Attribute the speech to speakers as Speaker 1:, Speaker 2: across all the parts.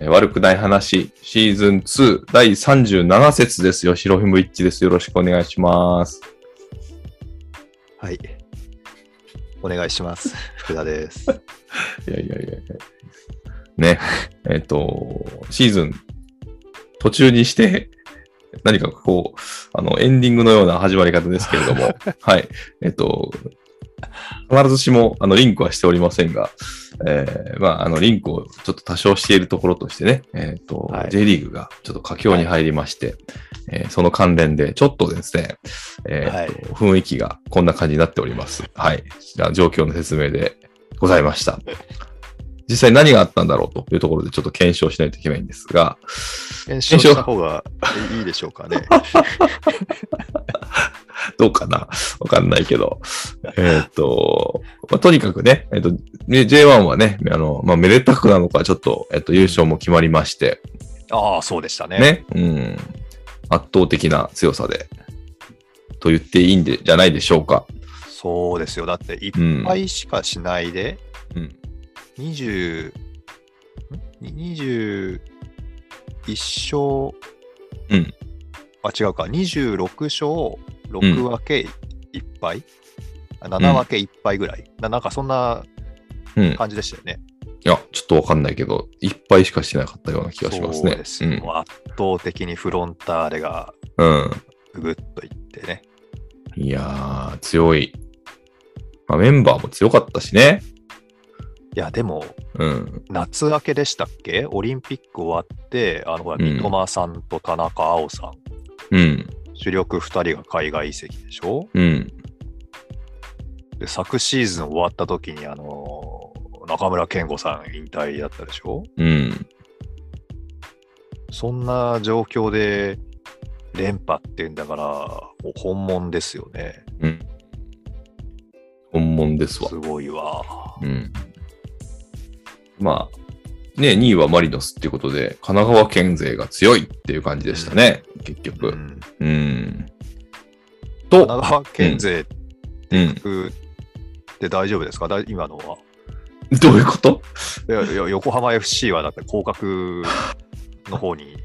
Speaker 1: えー悪くない話、シーズン2第37節ですよ。ヒロヒムイッチです。よろしくお願いします。
Speaker 2: はい。お願いし ます。福田です。
Speaker 1: いやいやいやいやね、えっ、と、シーズン途中にして、何かこう、あの、エンディングのような始まり方ですけれど も、はい、えっ、と、必ずしも、あの、リンクはしておりませんが、えーまあ、あの、リンクをちょっと多少しているところとしてね、えっ、と、
Speaker 2: はい
Speaker 1: J リーグがちょっと佳境に入りまして、えーその関連で、ちょっとですね、えー
Speaker 2: はい
Speaker 1: 雰囲気がこんな感じになっております。はい。じゃあ状況の説明でございました。実際何があったんだろうというところでちょっと検証しないといけないんですが、
Speaker 2: 検証した方がいいでしょうか ね。
Speaker 1: どうかなわかんないけど。えっ、と、まあ、とにかくね、えっ、と、ね J1 はね、あの、まあ、めでたくなのか、ちょっと、えっ、と、優勝も決まりまして、
Speaker 2: ああ、そうでしたね。
Speaker 1: ね、うん、圧倒的な強さで、と言っていいんで、じゃないでしょうか。
Speaker 2: そうですよ。だって、いっ
Speaker 1: うん。
Speaker 2: ぱいしかしないで、
Speaker 1: うん
Speaker 2: 20、ん21勝、
Speaker 1: うん。
Speaker 2: あ、違うか、26勝、6分け1敗、あ7分け1敗ぐらい、な。なんかそんな
Speaker 1: うん。
Speaker 2: 感じでしたよね。
Speaker 1: いや、ちょっとわかんないけど、いっぱいしかしてなかったような気がしますね。
Speaker 2: そうですよもう圧倒的にフロンターレが
Speaker 1: うん。うん。
Speaker 2: ググッといってね。
Speaker 1: いやー、強い。まあ、メンバーも強かったしね。
Speaker 2: いや、でも、
Speaker 1: うん。
Speaker 2: 夏明けでしたっけオリンピック終わって、あの、ほら、
Speaker 1: うん
Speaker 2: 三笘さんと田中碧さん、
Speaker 1: うん。
Speaker 2: 主力2人が海外移籍でしょ
Speaker 1: うん。
Speaker 2: で、昨シーズン終わった時に、あのー中村健吾さん引退だったでしょ
Speaker 1: うん。
Speaker 2: そんな状況で、連覇っていうんだから、もう本物ですよね。
Speaker 1: うん。本物ですわ
Speaker 2: す。ごいわ。
Speaker 1: うん。まあ、ね、2位はマリノスっていうことで、神奈川県勢が強いっていう感じでしたね。結
Speaker 2: う
Speaker 1: 局。
Speaker 2: ん、
Speaker 1: うん。
Speaker 2: 神
Speaker 1: と、
Speaker 2: 奈川県勢
Speaker 1: うん。
Speaker 2: って大丈夫ですかだい今のは。
Speaker 1: どういうこと
Speaker 2: いやいや横浜 FC はだって降格の方に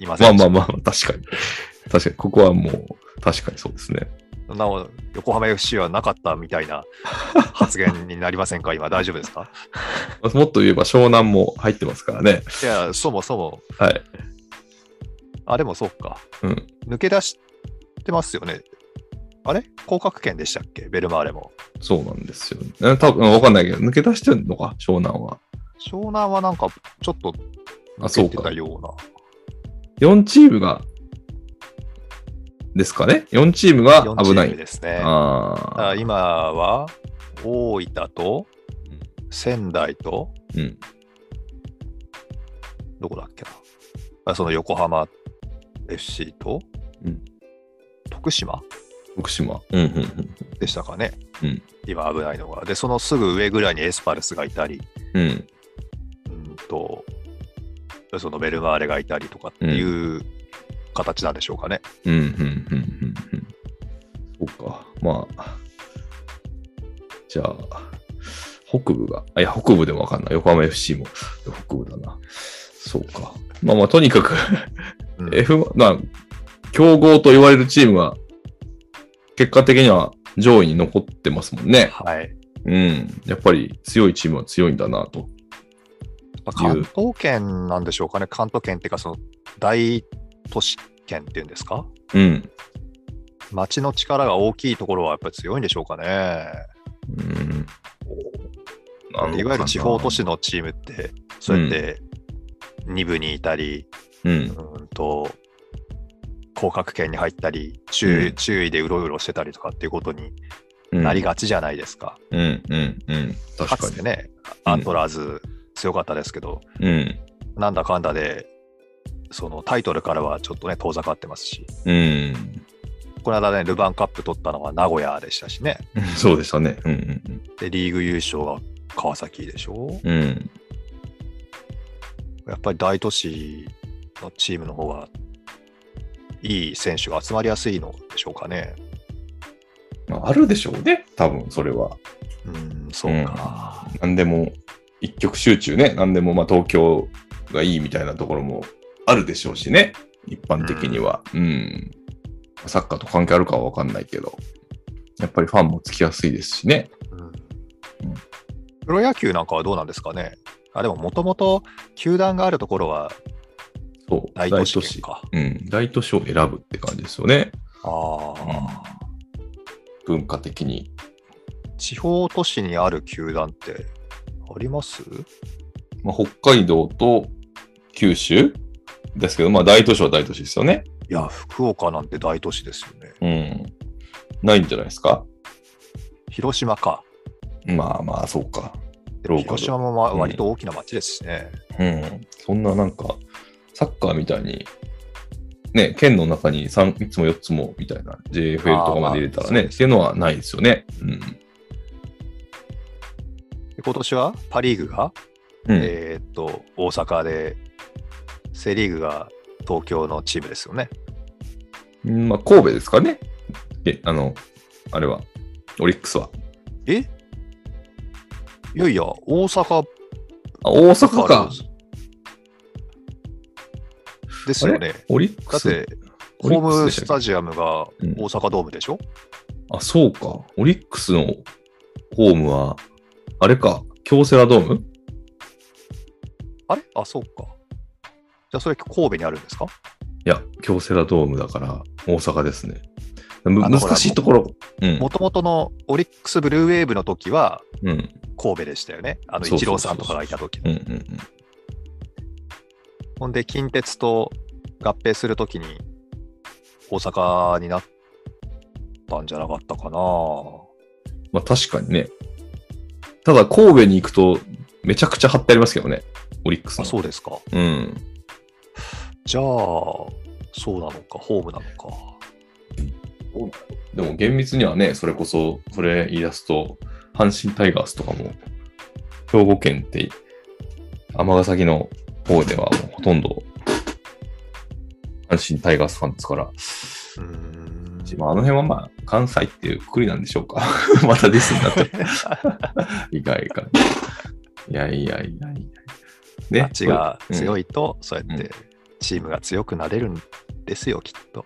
Speaker 2: いませ
Speaker 1: まあ
Speaker 2: ん。
Speaker 1: まあまあ、確かに。確かに、ここはもう、確かにそうですね。
Speaker 2: なお、横浜 FC はなかったみたいな発言になりませんか今、大丈夫ですか
Speaker 1: まあもっと言えば湘南も入ってますからね。
Speaker 2: いや、そもそも、
Speaker 1: はい。
Speaker 2: あ、でもそっか。
Speaker 1: うん
Speaker 2: 抜け出してますよね。あれ降格圏でしたっけベルマーレも。
Speaker 1: そうなんですよ、ね。多分わかんないけど、抜け出してんのか、湘南は。
Speaker 2: 湘南はなんか、ちょっと
Speaker 1: あそう
Speaker 2: 抜
Speaker 1: か
Speaker 2: けてたような。
Speaker 1: 4チームが、ですかね ?4 チームが
Speaker 2: 4
Speaker 1: 危な
Speaker 2: チーム
Speaker 1: い。
Speaker 2: ですね。
Speaker 1: あ
Speaker 2: あ
Speaker 1: あ。
Speaker 2: 今は、大分と
Speaker 1: うん、
Speaker 2: 仙台と、
Speaker 1: うん。
Speaker 2: どこだっけな。あその横浜 FC と、
Speaker 1: うん
Speaker 2: 徳島
Speaker 1: 福島。うんうんうん。
Speaker 2: でしたかね。
Speaker 1: うん
Speaker 2: 今危ないのが。で、そのすぐ上ぐらいにエスパルスがいたり、
Speaker 1: うん。
Speaker 2: うんと、そのベルマーレがいたりとかっていう形なんでしょうかね。
Speaker 1: うんうんうんうんうん。そうか。まあ。じゃあ、北部が、あいや、北部でもわかんない。横浜 FC も北部だな。そうか。まあまあ、とにかく
Speaker 2: うん
Speaker 1: F、まあ、強豪と言われるチームは、結果的には上位に残ってますもんね。
Speaker 2: はい。
Speaker 1: うん。やっぱり強いチームは強いんだなと。
Speaker 2: まあ関東圏なんでしょうかね。関東圏っていうか、その大都市圏っていうんですか。
Speaker 1: うん。
Speaker 2: 街の力が大きいところはやっぱり強いんでしょうかね。
Speaker 1: うん。なのかない
Speaker 2: わゆる地方都市のチームって、そうやって2部にいたり、
Speaker 1: うん。
Speaker 2: うーんと、降格圏に入ったり、注意,、
Speaker 1: うん
Speaker 2: 注意でうろうろしてたりとかっていうことに
Speaker 1: うん
Speaker 2: なりがちじゃないですか。
Speaker 1: うんうんうん。
Speaker 2: か
Speaker 1: 確
Speaker 2: つて
Speaker 1: か
Speaker 2: ね、
Speaker 1: うん
Speaker 2: アントラーズ強かったですけど、
Speaker 1: に。うん。
Speaker 2: なんだかんだで、そのタイトルからはちょっとね、遠ざかってますし、
Speaker 1: うん。
Speaker 2: この間ね、ルヴァンカップ取ったのは名古屋でしたしね、
Speaker 1: そうでしたね。うん
Speaker 2: でリーグ優勝が川崎でしょ。
Speaker 1: うんうん。うん。
Speaker 2: やっぱり大都市のチームの方が、いい選手が集まりやすいのでしょうかね。
Speaker 1: まあ、あるでしょうね。多分それは。
Speaker 2: うーん、そうか。
Speaker 1: 何でも、一極集中ね。何でも、まあ、東京がいいみたいなところもあるでしょうしね、一般的には。うん。サッカーと関係あるかはわかんないけど、やっぱりファンもつきやすいですしね。
Speaker 2: うんプロ野球なんかはどうなんですかねあでも、もともと球団があるところは
Speaker 1: そう、
Speaker 2: 大都市圏か。
Speaker 1: うん、大都市を選ぶって感じですよね。
Speaker 2: ああ、
Speaker 1: 文化的に。
Speaker 2: 地方都市にある球団ってあります
Speaker 1: まあ、北海道と九州ですけど、まあ、大都市は大都市ですよね。
Speaker 2: いや、福岡なんて大都市ですよね。
Speaker 1: うん。ないんじゃないですか
Speaker 2: 広島か。
Speaker 1: まあまあ、そうか。
Speaker 2: で
Speaker 1: ロ
Speaker 2: も
Speaker 1: ーカル
Speaker 2: 広島もまあ割と大きな町ですしね。
Speaker 1: うん。そんななんか、サッカーみたいに、ね、県の中に3、3つも4つもみたいな JFL とかまで入れたら
Speaker 2: あーまあそう
Speaker 1: ね、
Speaker 2: で
Speaker 1: っていうのはないですよね。うん。
Speaker 2: で今年はパ・リーグが、
Speaker 1: うん
Speaker 2: えーっと、大阪で、セ・リーグが東京のチームですよね。
Speaker 1: うんまあ、神戸ですかね。え、あの、あれは、オリックスは。
Speaker 2: えいやいや、大阪
Speaker 1: あ、大
Speaker 2: バ
Speaker 1: 阪
Speaker 2: ファロ
Speaker 1: か
Speaker 2: ー。ズですよね。
Speaker 1: オリッ
Speaker 2: だ
Speaker 1: ク
Speaker 2: っ
Speaker 1: ス。
Speaker 2: て、
Speaker 1: オ
Speaker 2: ホ
Speaker 1: リ
Speaker 2: ー
Speaker 1: ックス
Speaker 2: ム
Speaker 1: でした
Speaker 2: ス
Speaker 1: っけ
Speaker 2: タジアムが
Speaker 1: うん
Speaker 2: 大阪ドームでしょ、
Speaker 1: あ、そうか。オリックスのホームは、あれか、京セラドーム
Speaker 2: あれあ、そうか。じゃあ、それ神戸にあるんですか
Speaker 1: いや、京セラドームだから、大阪ですね。む
Speaker 2: あの
Speaker 1: 難しいところ。うん。
Speaker 2: もともとのオリックスブルーウェーブの時は
Speaker 1: うん。うん
Speaker 2: 神戸でしたよね。あの、
Speaker 1: そうそうそうそう
Speaker 2: イチローさんとかがいた時
Speaker 1: うんう
Speaker 2: の。
Speaker 1: ん。
Speaker 2: ほんで、近鉄と合併する時に大阪になったんじゃなかったかな。
Speaker 1: まあ確かにね。ただ、神戸に行くと、めちゃくちゃ張ってありますけどね。オリックス
Speaker 2: あ、
Speaker 1: の。
Speaker 2: そうですか。
Speaker 1: うん。
Speaker 2: じゃあ、そうなのか、ホームなのか。
Speaker 1: でも厳密にはね、それこそ、それ言い出すと、阪神タイガースとかも、兵庫県って、尼崎の方ではもうほとんど、阪神タイガースファンですから、
Speaker 2: うーん。
Speaker 1: まあ、あの辺はまあ、関西っていうくくりなんでしょうか。 またディスになっちゃった。意外か。いやいやいやいや。ね、
Speaker 2: 街が強
Speaker 1: い。
Speaker 2: いと、そうやってチームが強くなれるんですよ、きっと。